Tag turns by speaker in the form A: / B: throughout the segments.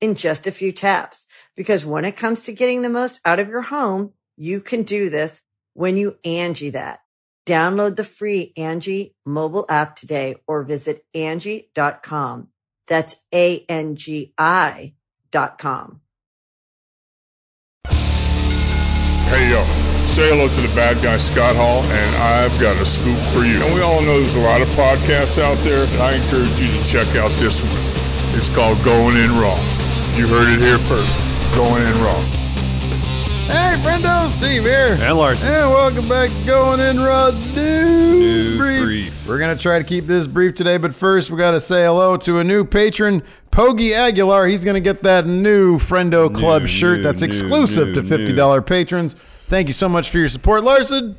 A: in just a few taps. Because when it comes to getting the most out of your home, you can do this when you Angie that. Download the free Angie mobile app today or visit Angie.com. That's A-N-G-I dot com.
B: Hey yo, say hello to the bad guy Scott Hall, and I've got a scoop for you. And we all know there's a lot of podcasts out there, and I encourage you to check out this one. It's called Going In Raw. You heard it here first. Going In Raw.
C: Hey, friendo, Steve here.
D: And Larson.
C: And welcome back to Going In Raw News,
D: News
C: brief.
D: Brief.
C: We're going to try to keep this brief today, but first we got to say hello to a new patron, Pogi Aguilar. He's going to get that new Friendo Club
D: New,
C: shirt
D: new,
C: that's
D: new,
C: exclusive
D: new,
C: to $50 patrons. Thank you so much for your support, Larson.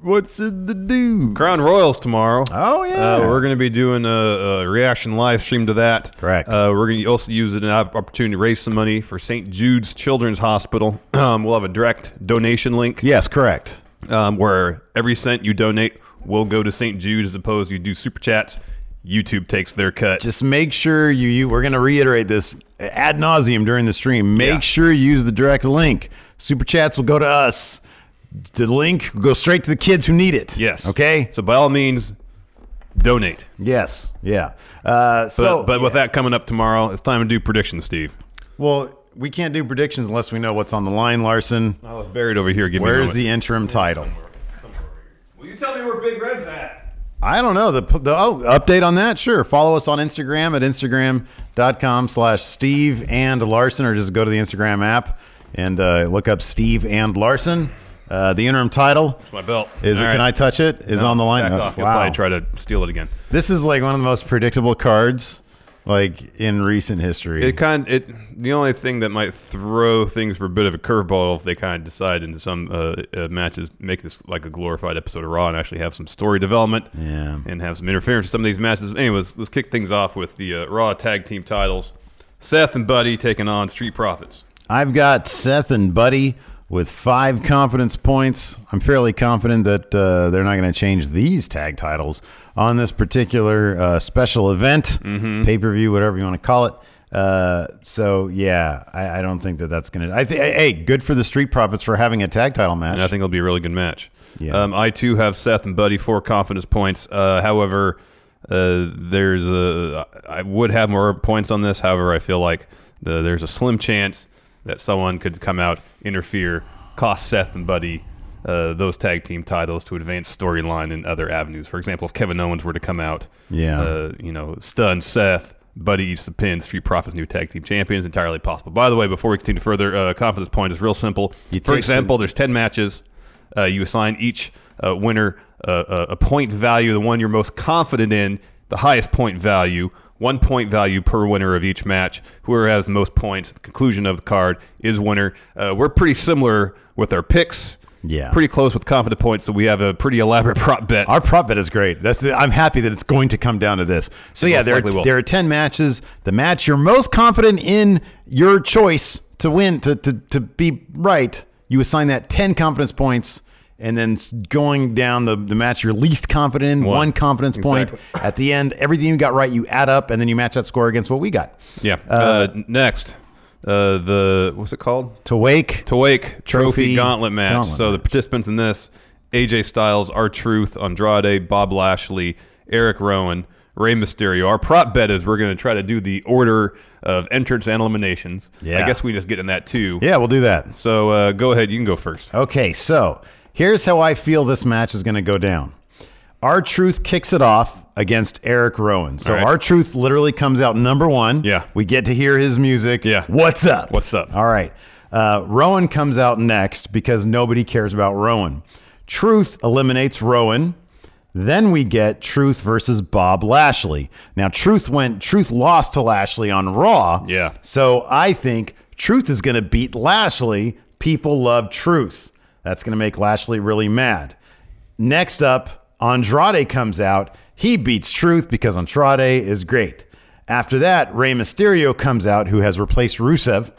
C: What's in the news?
D: Crown Royals tomorrow.
C: Oh, yeah.
D: Uh, we're going to be doing a, a reaction live stream to that.
C: Correct.
D: Uh, we're going to also use it as an op- opportunity to raise some money for St. Jude's Children's Hospital. Um, we'll have a direct donation link
C: Yes, correct.
D: um, where every cent you donate will go to St. Jude as opposed you do super chats. YouTube takes their cut.
C: Just make sure you, you we're going to reiterate this ad nauseum during the stream. Make
D: Yeah.
C: sure you use the direct link. Super chats will go to us. The link will go straight to the kids who need it.
D: yes.
C: Okay.
D: So by all means, donate.
C: yes. Yeah. Uh,
D: But,
C: so,
D: but with that coming up tomorrow, it's time to do predictions, Steve.
C: well, we can't do predictions unless we know what's on the line, Larson.
D: I was buried over here. Give
C: Where's
D: me
C: the interim title?
D: Will you tell me where Big Red's at?
C: I don't know. The, the oh, update on that? Sure. Follow us on Instagram at Instagram.com slash Steve and Larson, or just go to the Instagram app and uh, look up Steve and Larson. Uh, the interim title
D: It's my belt.
C: is it,
D: All
C: Can I
D: right.
C: Touch It? Is on the line.
D: Back
C: Oh,
D: off. You'll probably try to steal it again.
C: This is like one of the most predictable cards like in recent history.
D: It kind it the only thing that might throw things for a bit of a curveball if they kind of decide into some uh, uh, matches make this like a glorified episode of Raw and actually have some story development
C: Yeah.
D: and have some interference with some of these matches. Anyways, let's kick things off with the uh, Raw tag team titles. Seth and Buddy taking on Street Profits.
C: I've got Seth and Buddy with five confidence points. I'm fairly confident that uh, they're not going to change these tag titles on this particular uh, special event, pay per view, whatever you want to call it. Uh, so yeah, I, I don't think that that's going to. I think hey, good for the Street Profits for having a tag title match.
D: And I think it'll be a really good match.
C: Yeah.
D: Um, I too have Seth and Buddy for confidence points. Uh, however, uh, there's a I would have more points on this. However, I feel like the, there's a slim chance that someone could come out, interfere, cost Seth and Buddy uh, those tag team titles to advance storyline in other avenues. For example, if Kevin Owens were to come out,
C: Yeah.
D: uh, you know, stun Seth. Buddy eats the pin. Street Profits new tag team champions. Entirely possible. By the way, before we continue further, uh, confidence point is real simple.
C: You take
D: For
C: the-
D: example, there's 10 matches. Uh, you assign each uh, winner uh, uh, a point value, the one you're most confident in, the highest point value, one point value per winner of each match. Whoever has the most points at the conclusion of the card is winner. Uh, we're pretty similar with our picks.
C: Yeah.
D: Pretty close with confident points, so we have a pretty elaborate prop bet.
C: Our prop bet is great. That's the, I'm happy that it's going to come down to this. So yeah,
D: most
C: there
D: likely
C: are,
D: will.
C: there are ten matches. The match you're most confident in your choice to win to to, to be right, you assign that ten confidence points. And then s- going down the, the match you're least confident in, one,
D: One.
C: confidence point. At the end, everything you got right, you add up, and then you match that score against what we got.
D: yeah. Uh, next, uh, the what's it called?
C: To wake.
D: To
C: Trophy
D: Wake Trophy Gauntlet match.
C: gauntlet
D: so the
C: match.
D: participants in this: AJ Styles, R Truth, Andrade, Bob Lashley, Eric Rowan, Rey Mysterio. Our prop bet is we're going to try to do the order of entrance and eliminations.
C: Yeah.
D: I guess we just get in that too.
C: Yeah, we'll do that.
D: So uh, go ahead. You can go first.
C: Okay, so here's how I feel this match is going to go down. Our Truth kicks it off against Eric Rowan. So
D: All right.
C: our Truth literally comes out number one.
D: Yeah.
C: We get to hear his music.
D: Yeah.
C: What's up?
D: What's up?
C: All right. Uh, Rowan comes out next because nobody cares about Rowan. Truth eliminates Rowan. Then we get Truth versus Bob Lashley. Now Truth went Truth lost to Lashley on Raw.
D: Yeah.
C: So I think Truth is going to beat Lashley. People love Truth. That's going to make Lashley really mad. Next up, Andrade comes out. He beats Truth because Andrade is great. After that, Rey Mysterio comes out, who has replaced Rusev,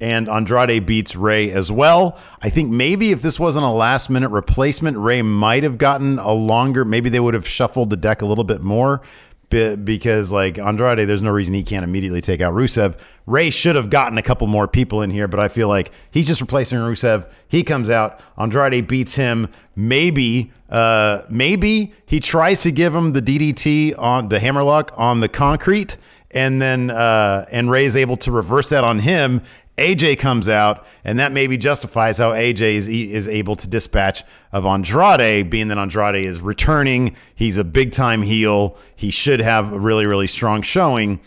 C: and Andrade beats Rey as well. I think maybe if this wasn't a last minute replacement, Rey might have gotten a longer, maybe they would have shuffled the deck a little bit more be- because, like, Andrade, there's no reason he can't immediately take out Rusev. Rey should have gotten a couple more people in here, but I feel like he's just replacing Rusev. He comes out, Andrade beats him. Maybe, uh, maybe he tries to give him the DDT on the hammerlock on the concrete, and then uh, and Ray is able to reverse that on him. AJ comes out, and that maybe justifies how AJ is e, is able to dispatch of Andrade, being that Andrade is returning. He's a big time heel. He should have a really really strong showing.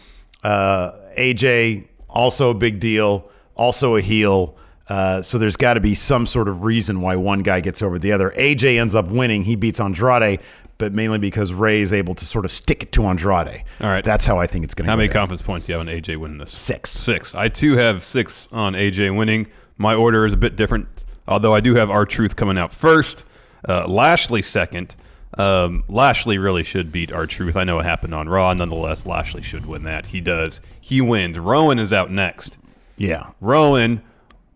C: Uh, AJ also a big deal, also a heel. Uh, so there's got to be some sort of reason why one guy gets over the other. AJ ends up winning. He beats Andrade, but mainly because Ray is able to sort of stick it to Andrade.
D: All right.
C: that's how I think it's going to.
D: How many
C: down.
D: confidence points do you have on AJ winning this?
C: Six.
D: Six. I too have six on AJ winning. My order is a bit different, although I do have our truth coming out first. Uh, Lashley second. Um, Lashley really should beat our truth. I know it happened on Raw. Nonetheless, Lashley should win that. He does. He wins. Rowan is out next.
C: Yeah.
D: Rowan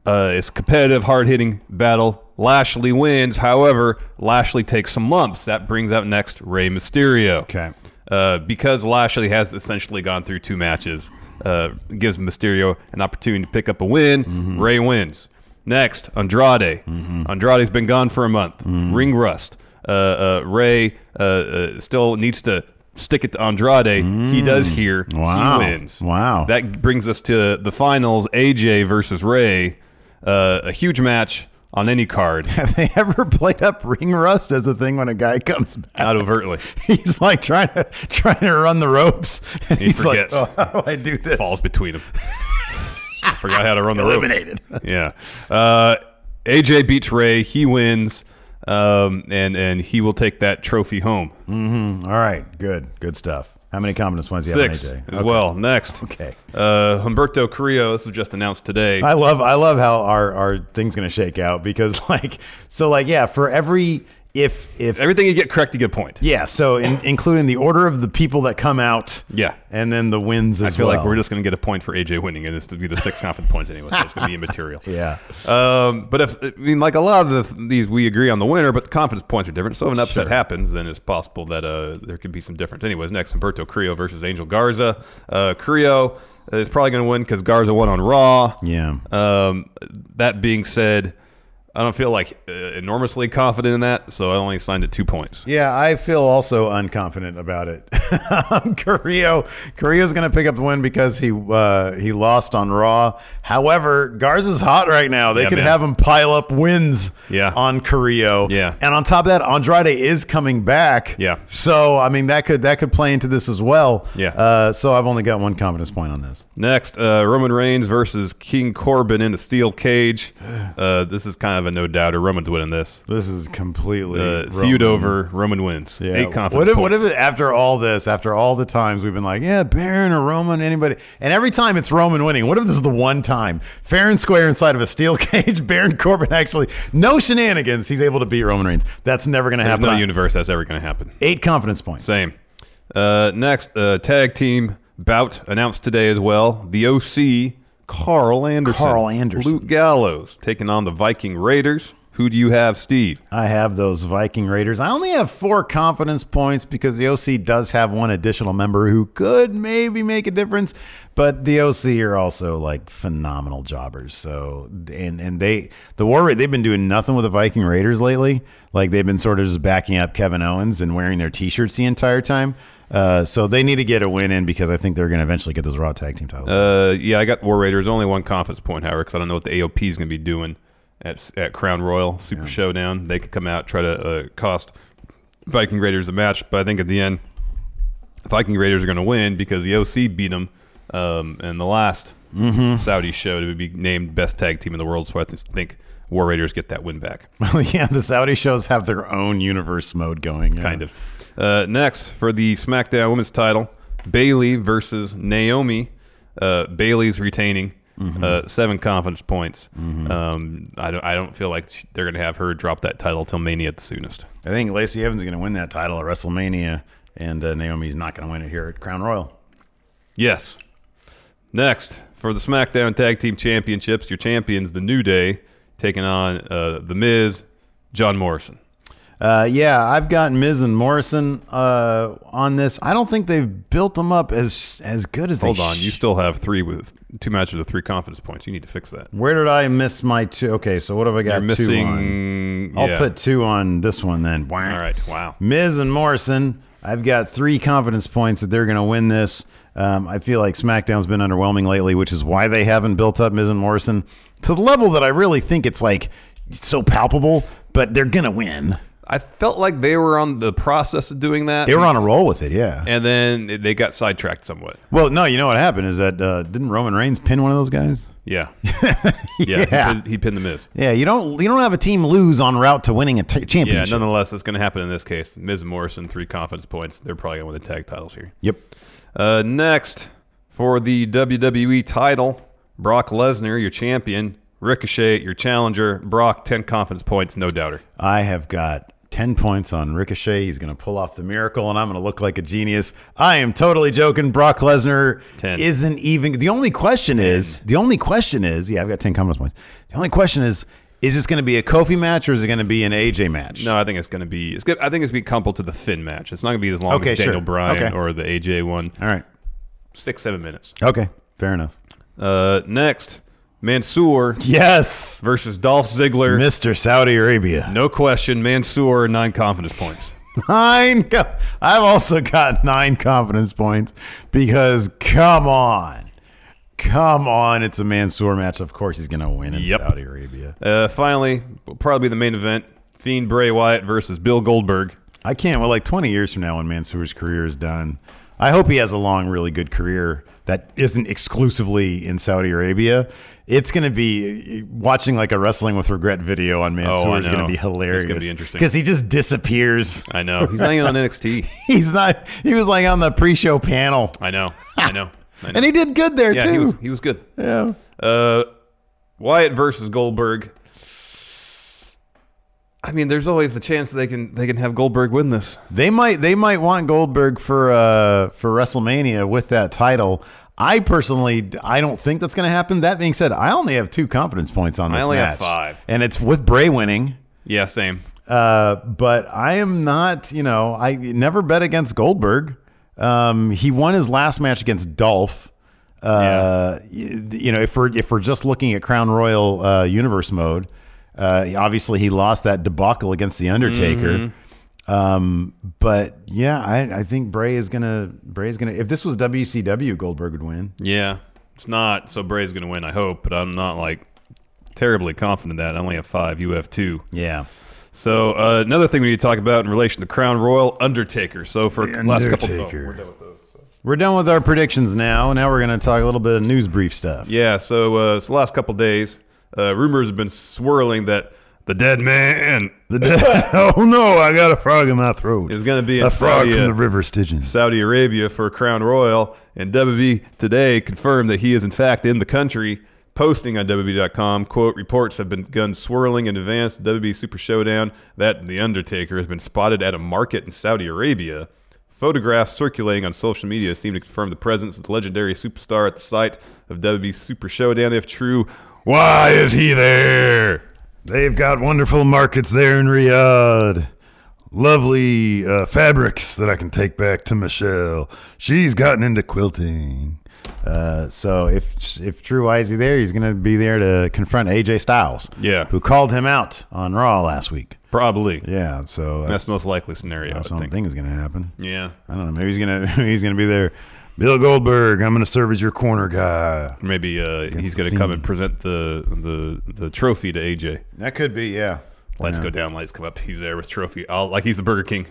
D: uh, is competitive, hard hitting battle. Lashley wins. However, Lashley takes some lumps. That brings out next Rey Mysterio.
C: Okay.
D: Uh, because Lashley has essentially gone through two matches, uh, gives Mysterio an opportunity to pick up a win. Rey wins. Next, Andrade. Andrade's been gone for a month. Ring rust. Uh, uh, Ray uh, uh, still needs to stick it to Andrade. He does here.
C: Wow.
D: He wins.
C: Wow.
D: That that brings us to the finals AJ versus Ray. Uh, a huge match on any card,
C: Have they ever played up ring rust as a thing when a guy comes back?
D: not overtly.
C: He's like trying to trying to run the ropes. And
D: He
C: he's
D: forgets.
C: like, oh, how do I do this?
D: Falls between them. I forgot how to run the rope.
C: Eliminated.
D: Yeah. Uh, AJ beats Ray. He wins, um, and and he will take that trophy home.
C: Mm-hmm. All right, good, good stuff. How many confidence points do you
D: Six
C: have on
D: as
C: AJ?
D: well. Next,
C: Okay.
D: Uh, Humberto Carrillo. This was just announced today.
C: I love I love how our our thing's gonna shake out because like so like yeah for every if if
D: Everything you get correct, you get a point.
C: yeah so in, including the order of the people that come out
D: Yeah.
C: and then the wins
D: I
C: as
D: feel
C: well.
D: like we're just going to get a point for AJ winning, and this would be the six confident points anyway. So it's going to be immaterial.
C: yeah
D: Um, but if I mean, like a lot of the, these, we agree on the winner, but the confidence points are different. So if an upset happens, then it's possible that uh, there could be some difference. Anyways, next Humberto Creo versus Angel Garza. Uh, Creo is probably going to win because Garza won on Raw.
C: yeah
D: Um, that being said, I don't feel like uh, enormously confident in that, so I only signed it two points.
C: Yeah, I feel also unconfident about it. Um, Carrillo, Carrillo's going to pick up the win because he uh, he lost on Raw. However, Garza's hot right now. They
D: Yeah,
C: could
D: man.
C: have him pile up wins
D: Yeah.
C: on Carrillo.
D: Yeah.
C: And on top of that, Andrade is coming back.
D: Yeah.
C: So, I mean, that could that could play into this as well.
D: Yeah.
C: Uh, so I've only got one confidence point on this.
D: Next, uh, Roman Reigns versus King Corbin in a steel cage. Uh, this is kind of a no doubter. Roman's winning this.
C: This is completely
D: Uh,
C: Roman.
D: feud over. Roman wins.
C: Yeah.
D: Eight confidence
C: what if, what
D: points.
C: if it- after all this, after all the times we've been like, yeah, Baron or Roman, anybody, and every time it's Roman winning. What if this is the one time fair and square inside of a steel cage? Baron Corbin actually, no shenanigans. He's able to beat Roman Reigns. That's never going to
D: There's
C: happen.
D: no
C: I-
D: universe that's ever going to happen.
C: Eight confidence points.
D: Same. Uh, next, uh, tag team bout announced today as well. The OC, Carl Anderson.
C: Karl Anderson.
D: Luke Gallows taking on the Viking Raiders. Who do you have, Steve?
C: I have those Viking Raiders. I only have four confidence points because the OC does have one additional member who could maybe make a difference, but the OC are also like phenomenal jobbers. So and and they the War Ra- they've been doing nothing with the Viking Raiders lately. Like they've been sort of just backing up Kevin Owens and wearing their T-shirts the entire time. Uh, so they need to get a win in because I think they're going to eventually get those Raw tag team titles.
D: Uh, yeah, I got War Raiders. Only one confidence point, however, because I don't know what the AOP is going to be doing at at Crown Royal Super Showdown. They could come out try to uh, cost Viking Raiders a match, but I think at the end, Viking Raiders are going to win because the OC beat them um, in the last Saudi show to be named best tag team in the world. So I just think War Raiders get that win back,
C: Well, yeah, the Saudi shows have their own universe mode going. yeah.
D: kind of. Uh, next for the SmackDown Women's Title, Bailey versus Naomi. Uh, Bailey's retaining
C: Mm-hmm.
D: uh, seven confidence points. Um, I don't. I don't feel like sh- they're going to have her drop that title till Mania at the soonest.
C: I think Lacey Evans is going to win that title at WrestleMania, and uh, Naomi's not going to win it here at Crown Royal.
D: Yes. Next, for the SmackDown Tag Team Championships, your champions, The New Day, taking on uh, The Miz, John Morrison.
C: Uh, yeah, I've got Miz and Morrison uh, on this. I don't think they've built them up as as good as
D: Hold
C: they.
D: on,
C: sh-
D: you still have three with two matches with three confidence points. You need to fix that.
C: Where did I miss my two? Okay, so what have I got?
D: You're
C: Two on?
D: missing.
C: I'll
D: yeah.
C: put two on this one then. All
D: All right. Wow.
C: Miz and Morrison, I've got three confidence points that they're going to win this. Um, I feel like SmackDown's been underwhelming lately, which is why they haven't built up Miz and Morrison to the level that I really think it's like so palpable, but they're going to win.
D: I felt like they were on the process of doing that.
C: They were on a roll with it, yeah.
D: and then they got sidetracked somewhat.
C: Well, no, you know what happened is that uh, didn't Roman Reigns pin one of those guys?
D: Yeah. yeah. He,
C: Yeah.
D: pinned, he pinned the Miz.
C: Yeah, you don't you don't have a team lose on route to winning a t-
D: Yeah.
C: championship.
D: Nonetheless, that's going to happen in this case. Miz and Morrison, three confidence points. They're probably going to win the tag titles here.
C: Yep.
D: Uh, next, for the WWE title, Brock Lesnar, your champion, Ricochet, your challenger, Brock, 10 confidence points, no doubter.
C: I have got 10 points on Ricochet. He's going to pull off the miracle, and I'm going to look like a genius. I am totally joking. Brock Lesnar
D: 10.
C: isn't even. The only question is, the only question is, yeah, I've got 10 confidence points. The only question is, is this going to be a Kofi match or is it going to be an AJ match?
D: No, I think it's going to be it's good. I think it's going to be coupled to the Finn match. It's not going to be as long
C: Okay,
D: as Daniel
C: sure.
D: Bryan
C: Okay.
D: or the AJ one.
C: All right.
D: Six, seven minutes.
C: Okay. Fair enough.
D: Uh, next, Mansoor
C: Yes.
D: versus Dolph Ziggler.
C: Mr. Saudi Arabia.
D: no question, Mansoor, nine confidence points.
C: Nine. co- I've also got nine confidence points because come on. Come on. It's a Mansoor match. Of course he's going to win in
D: Yep.
C: Saudi Arabia.
D: Uh, finally, will probably be the main event Fiend Bray Wyatt versus Bill Goldberg.
C: I can't. Well, like 20 years from now, when Mansoor's career is done, I hope he has a long, really good career that isn't exclusively in Saudi Arabia. It's going to be watching like a wrestling with regret video on Mansoor is going
D: Oh,
C: to
D: know.
C: be
D: It's gonna be
C: hilarious.
D: interesting.
C: because he just disappears.
D: I know. He's not even on NXT.
C: He's not. He was like on the pre-show panel,
D: I know. I know. I know.
C: and he did good there
D: yeah,
C: too.
D: he was he was good.
C: yeah.
D: Uh, Wyatt versus Goldberg. I mean, there's always the chance that they can they can have Goldberg win this.
C: They might they might want Goldberg for uh for WrestleMania with that title. I personally I don't think that's going to happen. That being said, I only have two confidence points on
D: I
C: this
D: only have
C: match.
D: five.
C: and it's with Bray winning.
D: Yeah, same.
C: Uh, but I am not. You know, I never bet against Goldberg. Um, he won his last match against Dolph. Uh, y- you know, if we're if we're just looking at Crown Royal uh, Universe mode, uh, obviously he lost that debacle against the Undertaker. Um, but yeah, I, I think Bray is gonna Bray is gonna. If this was WCW, Goldberg would win.
D: Yeah, it's not. So Bray's gonna win, I hope, but I'm not like terribly confident in that I only have five. You have two.
C: Yeah,
D: So uh, another thing we need to talk about in relation to Crown Royal Undertaker. So for last couple. oh,
C: Undertaker.
D: we're done with those.
C: we're done with our predictions now. Now we're gonna talk a little bit of news brief stuff.
D: Yeah, so uh, it's the last couple days, uh, rumors have been swirling that the dead man
C: The oh no, I got a frog in my throat.
D: is going to be in
C: a frog
D: Saudi,
C: from
D: uh,
C: the River Stygians.
D: Saudi Arabia for Crown Royal, and WB today confirmed that he is in fact in the country. Posting on WB.com, quote, reports have begun swirling in advance of WB Super Showdown that The Undertaker has been spotted at a market in Saudi Arabia. Photographs circulating on social media seem to confirm the presence of the legendary superstar at the site of WB Super Showdown. If true, why is he there?
C: They've got wonderful markets there in Riyadh. Lovely uh, fabrics that I can take back to Michelle. She's gotten into quilting. Uh, so if if True Wisey there, he's gonna be there to confront AJ Styles.
D: Yeah.
C: who called him out on Raw last week.
D: Probably.
C: Yeah, so
D: That's, most likely scenario. I
C: that's
D: would
C: what I'm
D: think.
C: thinking is going to happen.
D: Yeah.
C: I don't know. Maybe he's gonna he's gonna be there. Bill Goldberg, I'm gonna serve as your corner guy.
D: Maybe uh, he's
C: the
D: going to come
C: Fiend.
D: and present the, the the trophy to AJ.
C: That could be, yeah.
D: Lights go down, lights come up. He's there with trophy. I'll, like he's the Burger King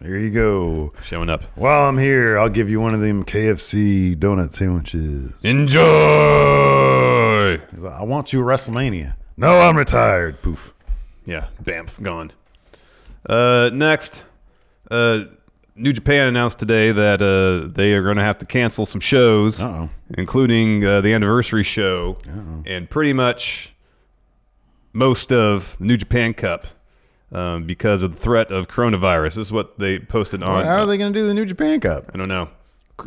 C: There you go.
D: showing up.
C: While I'm here, I'll give you one of them KFC donut sandwiches.
D: Enjoy.
C: He's like, I want you at WrestleMania. No, I'm retired. Poof.
D: Yeah, bamf, gone. Uh, next, uh, New Japan announced today that uh, they are going to have to cancel some shows,
C: Uh-oh.
D: including uh, the anniversary show and pretty much most of New Japan Cup um, because of the threat of coronavirus. This is what they posted on.
C: How are they gonna do the New Japan Cup?
D: I don't know.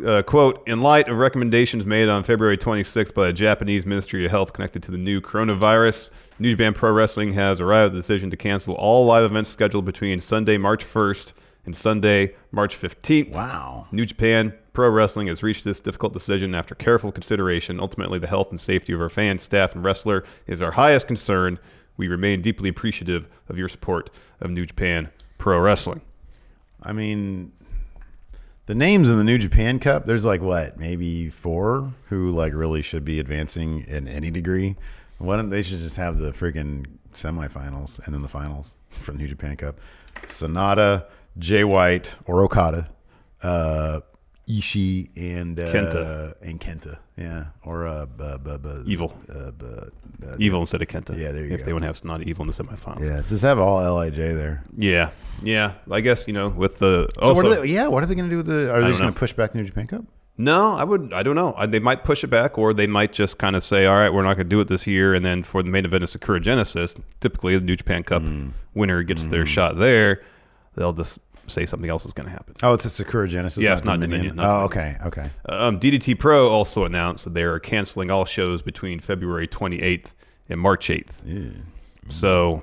D: Uh, quote, in light of recommendations made on February 26th by the Japanese Ministry of Health connected to the new coronavirus, New Japan Pro Wrestling has arrived at the decision to cancel all live events scheduled between Sunday, March 1st and Sunday, March 15th.
C: Wow.
D: New Japan Pro Wrestling has reached this difficult decision after careful consideration. Ultimately, the health and safety of our fans, staff, and wrestler is our highest concern. We remain deeply appreciative of your support of New Japan Pro Wrestling.
C: I mean, the names in the New Japan Cup, there's like what, maybe four who like really should be advancing in any degree. Why don't they should just have the freaking semifinals and then the finals for the New Japan Cup? Sonata, Jay White, or Okada, uh, Ishii, and uh,
D: Kenta.
C: and Kenta, yeah, or uh, bu- bu- bu-
D: Evil.
C: uh, bu- bu-
D: Evil instead of Kenta.
C: Yeah, there you
D: If
C: go.
D: they wouldn't have not evil in the semifinals.
C: yeah, just have all Lij there.
D: Yeah, yeah. I guess you know with the
C: So
D: also.
C: what are they, yeah, what are they going to do with the? Are they just
D: know.
C: going to push back the New Japan Cup?
D: no, I would. I don't know. I, they might push it back, or they might just kind of say, "All right, we're not going to do it this year." And then for the main event of Sakura Genesis, typically the New Japan Cup
C: Mm.
D: winner gets their shot there. They'll just say something else is going to happen.
C: Oh, it's a Sakura Genesis.
D: Yeah, it's not Dominion, not
C: oh, okay, okay.
D: Um, DDT Pro also announced that they are canceling all shows between February 28th and March 8th.
C: Mm.
D: So,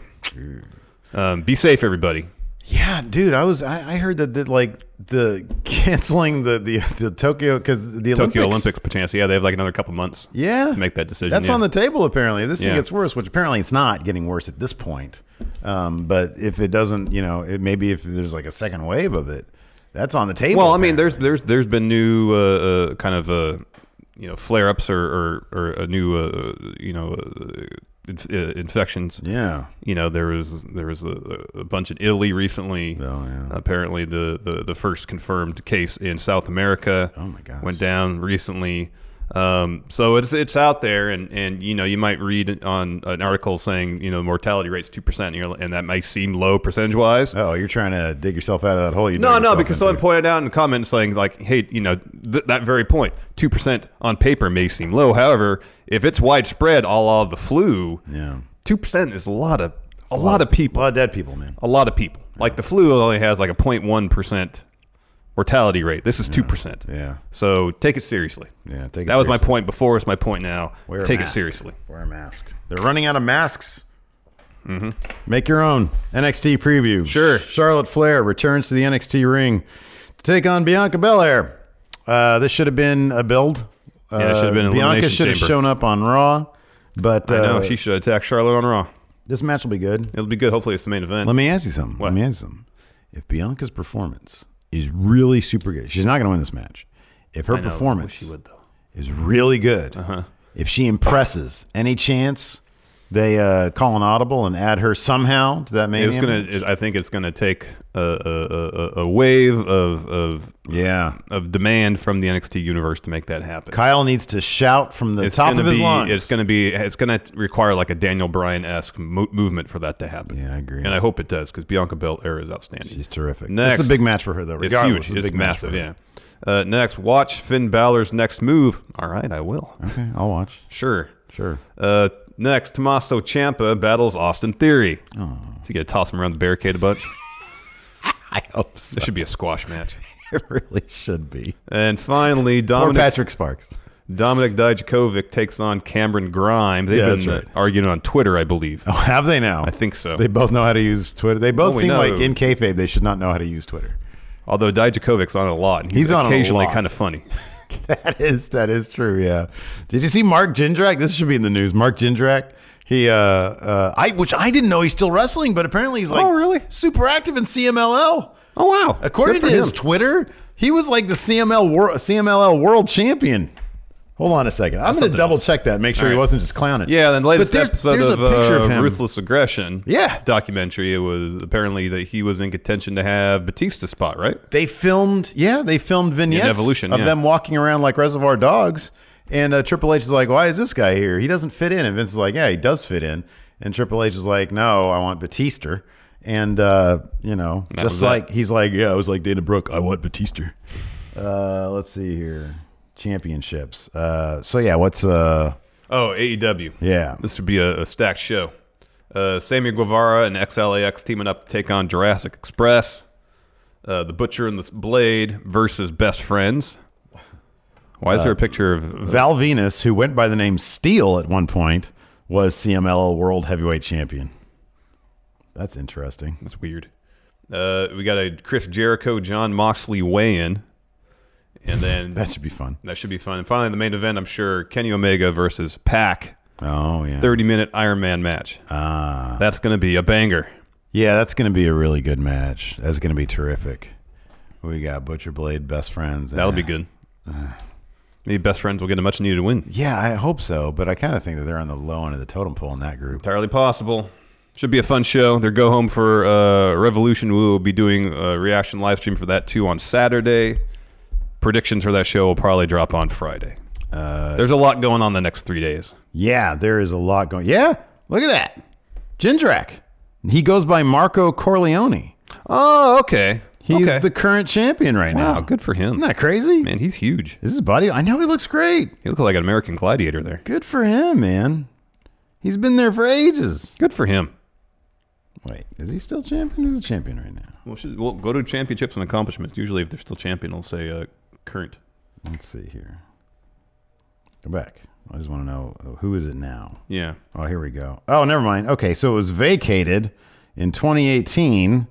D: um, be safe, everybody.
C: Yeah, dude, I was I, I heard that, that like the canceling the the, the Tokyo because the
D: Tokyo
C: Olympics,
D: Olympics, perchance. Yeah, they have like another couple months.
C: yeah,
D: to make that decision.
C: That's
D: yeah.
C: on the table apparently. If This
D: Yeah.
C: thing gets worse, which apparently it's not getting worse at this point. Um, but if it doesn't, you know, it maybe if there's like a second wave of it, that's on the table.
D: Well, I mean,
C: apparently.
D: there's there's there's been new uh, uh, kind of uh, you know flare ups or, or or a new uh, you know uh, inf- uh, infections.
C: yeah,
D: You know there was there was a, a bunch in Italy recently.
C: Oh, yeah.
D: Apparently the, the the first confirmed case in South America.
C: Oh, my gosh.
D: Went down recently. Um, so it's it's out there, and, and you know you might read on an article saying you know mortality rate's two percent, and that may seem low percentage wise.
C: oh, you're trying to dig yourself out of that hole. You
D: No,
C: dug
D: no,
C: yourself
D: because
C: into.
D: someone pointed out in the comments saying, like, hey, you know, th- that very point, 2% on paper may seem low. However, if it's widespread, all of the flu,
C: yeah,
D: 2% is a lot of, a, lot, of
C: a
D: people.
C: lot of dead people, man.
D: A lot of people. Like, the flu only has like a 0.1% mortality rate. This is 2%.
C: Yeah.
D: So take it seriously.
C: Yeah, take it
D: That was my
C: seriously.
D: point before. It's my point now.
C: Wear a
D: take it
C: mask.
D: seriously.
C: Wear a mask. They're running out of masks. Mm-hmm. Make your own NXT preview.
D: Sure.
C: Charlotte Flair returns to the NXT ring to take on Bianca Belair. Uh, this should have been a build. Uh,
D: it should have been an
C: Bianca
D: elimination
C: should have
D: chamber.
C: shown up on Raw, but uh,
D: I know she should attack Charlotte on Raw.
C: this match will be good.
D: It'll be good. Hopefully, it's the main event.
C: Let me ask you something. Let me ask you something. If Bianca's performance is really super good, she's not going to win this match. If her
D: I know.
C: performance
D: Wish she would, though. Uh-huh.
C: is really good. If she impresses, any chance they uh, call an audible and add her somehow to that main?
D: It's gonna.
C: event?
D: It, I think it's gonna take a, a, a, a wave of of
C: Yeah,
D: of demand from the NXT universe to make that happen.
C: Kyle needs to shout from the
D: it's
C: top
D: gonna
C: of his
D: be,
C: lungs.
D: It's gonna be. It's gonna require like a Daniel Bryan esque mo- movement for that to happen.
C: Yeah, I agree.
D: And I hope it does because Bianca Belair is outstanding.
C: She's terrific.
D: Next.
C: This is a big match for her, though.
D: it's
C: regardless.
D: huge.
C: a
D: It's
C: big match
D: massive.
C: for her.
D: Yeah. Uh, next, watch Finn Balor's next move. All right, I will.
C: Okay, I'll watch.
D: Sure.
C: Sure.
D: Uh, next, Tommaso Ciampa battles Austin Theory. Oh. So you gotta toss him around the barricade a bunch.
C: I hope so.
D: This should be a squash match.
C: It really should be.
D: And finally,
C: Or
D: Dominic
C: Patrick Sparks.
D: Dominic Dijakovic takes on Cameron Grimes. They've
C: Yeah,
D: been
C: that's right.
D: uh, arguing on Twitter, I believe.
C: Oh, have they now?
D: I think so.
C: They both know how to use Twitter. They both
D: Oh, we
C: seem
D: know.
C: like in kayfabe they should not know how to use Twitter.
D: Although Dijakovic's on it a lot, and
C: He's on it a
D: occasionally
C: lot.
D: kind of funny.
C: That is that is true. Yeah. Did you see Mark Jindrak? This should be in the news. Mark Jindrak He, uh, uh, I, which I didn't know he's still wrestling, but apparently he's like,
D: Oh, really?
C: super active in CMLL.
D: Oh wow!
C: According to
D: Good for
C: his
D: him.
C: Twitter, he was like the CML wor- CMLL world champion. Hold on a second. I'm going to
D: something
C: double
D: else.
C: check that, make sure he
D: right.
C: wasn't just clowning.
D: yeah, then latest
C: But there's-
D: episode
C: there's
D: of,
C: a picture of
D: uh,
C: him.
D: ruthless aggression.
C: Yeah.
D: documentary. It was apparently that he was in contention to have Batista spot, right?
C: They filmed, yeah, they filmed vignettes
D: Evolution,
C: of
D: yeah.
C: them walking around like Reservoir Dogs. And uh, Triple H is like, "Why is this guy here? He doesn't fit in." And Vince is like, "Yeah, he does fit in." And Triple H is like, "No, I want Batista." And uh, you know,
D: that
C: just
D: was it.
C: like he's like, "Yeah, I was like Dana Brooke. I want Batista." Uh, let's see here, championships. Uh, so yeah, what's uh,
D: Oh, AEW.
C: yeah,
D: This would be a, a stacked show. Uh, Sammy Guevara and XLAX teaming up to take on Jurassic Express. Uh, the Butcher and the Blade versus Best Friends. Why is
C: Uh,
D: there a picture of
C: Val Venus, who went by the name Steel at one point, was CMLL World Heavyweight Champion. That's interesting.
D: That's weird. Uh, we got a Chris Jericho, John Moxley weigh-in, and then
C: That should be fun.
D: that should be fun. And finally, the main event, I'm sure, Kenny Omega versus Pac,
C: Oh yeah.
D: 30-minute Iron Man match.
C: Ah.
D: That's gonna be a banger.
C: Yeah, that's going to be a really good match. That's going to be terrific. We got Butcher Blade best friends.
D: That'll
C: and-
D: be good.
C: Ah.
D: Maybe best friends will get a much-needed win.
C: Yeah, I hope so, but I kind of think that they're on the low end of the totem pole in that group.
D: Entirely possible. Should be a fun show. Their go home for uh, Revolution. We will be doing a reaction live stream for that too on Saturday. Predictions for that show will probably drop on Friday. There's a lot going on the next three days.
C: Yeah, there is a lot going. Yeah, look at that, Jindrak. He goes by Marco Corleone.
D: Oh, okay.
C: He's
D: Okay.
C: the current champion right
D: wow.
C: now.
D: Good for him.
C: Isn't that crazy?
D: Man, he's huge.
C: This is his body. I know he looks great.
D: He looked like an American gladiator there.
C: Good for him, man. He's been there for ages.
D: Good for him.
C: Wait, is he still champion? Who's a champion right now?
D: Well, should, well go to championships and accomplishments. Usually, if they're still champion, they'll say uh, current.
C: Let's see here. Go back. I just want to know uh, who is it now?
D: Yeah.
C: Oh, here we go. Oh, never mind. Okay, so it was vacated in 2018.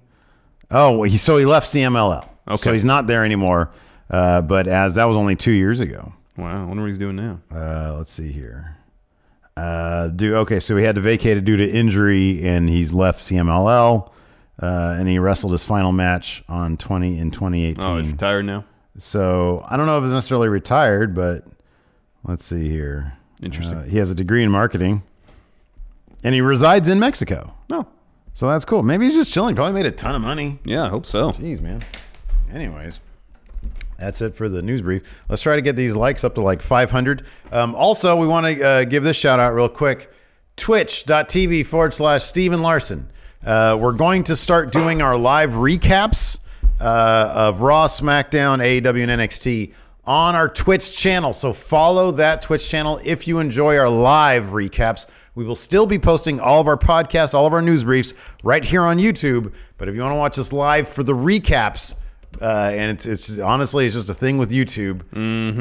C: Oh, he, so he left CMLL.
D: Okay.
C: So he's not there anymore. Uh, but as that was only two years ago.
D: Wow. I wonder what he's doing now.
C: Uh, let's see here. Uh, do okay. So he had to vacate it due to injury, and he's left CMLL. Uh, and he wrestled his final match on 20 in 2018.
D: Oh, he's retired now.
C: So I don't know if he's necessarily retired, but let's see here.
D: Interesting.
C: Uh, he has a degree in marketing, and he resides in Mexico.
D: No.
C: So that's cool. Maybe he's just chilling. Probably made a ton of money.
D: Yeah, I hope so.
C: Jeez, man. Anyways, that's it for the news brief. Let's try to get these likes up to like 500. Um, also, we want to uh, give this shout out real quick twitch.tv forward slash Steven Larson. Uh, we're going to start doing our live recaps uh, of Raw, SmackDown, AEW, and NXT on our Twitch channel. So follow that Twitch channel if you enjoy our live recaps. We will still be posting all of our podcasts, all of our news briefs right here on YouTube. But if you want to watch us live for the recaps, uh, and it's it's just- honestly it's just a thing with YouTube.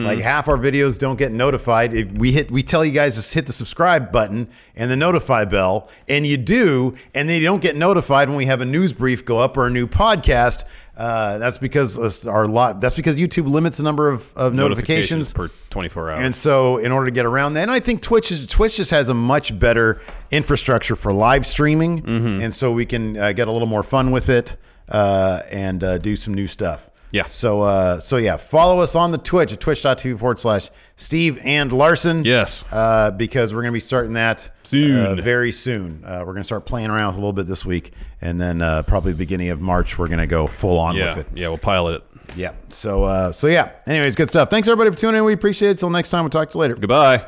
C: Like half our videos don't get notified. If we hit we tell you guys just hit the subscribe button and the notify bell, and you do, and then you don't get notified when we have a news brief go up or a new podcast. Uh, that's because us- our lot. That's because YouTube limits the number of, of notifications
D: per 24 hours.
C: and so, in order to get around that, and I think Twitch is, Twitch just has a much better infrastructure for live streaming,
D: Mm-hmm.
C: and so we can uh, get a little more fun with it uh, and uh, do some new stuff.
D: Yeah.
C: So, uh, so yeah, follow us on the Twitch at twitch.tv forward slash Steve and Larson.
D: Yes.
C: Uh, because we're going to be starting that
D: Soon.
C: uh, very soon. Uh, we're going to start playing around with it a little bit this week, and then uh, probably beginning of March, we're going to go full on
D: yeah,
C: with it.
D: yeah, we'll pilot it.
C: Yeah. So, uh, so yeah. Anyways, good stuff. Thanks everybody for tuning in. We appreciate it. Till next time, we'll talk to you later.
D: Goodbye.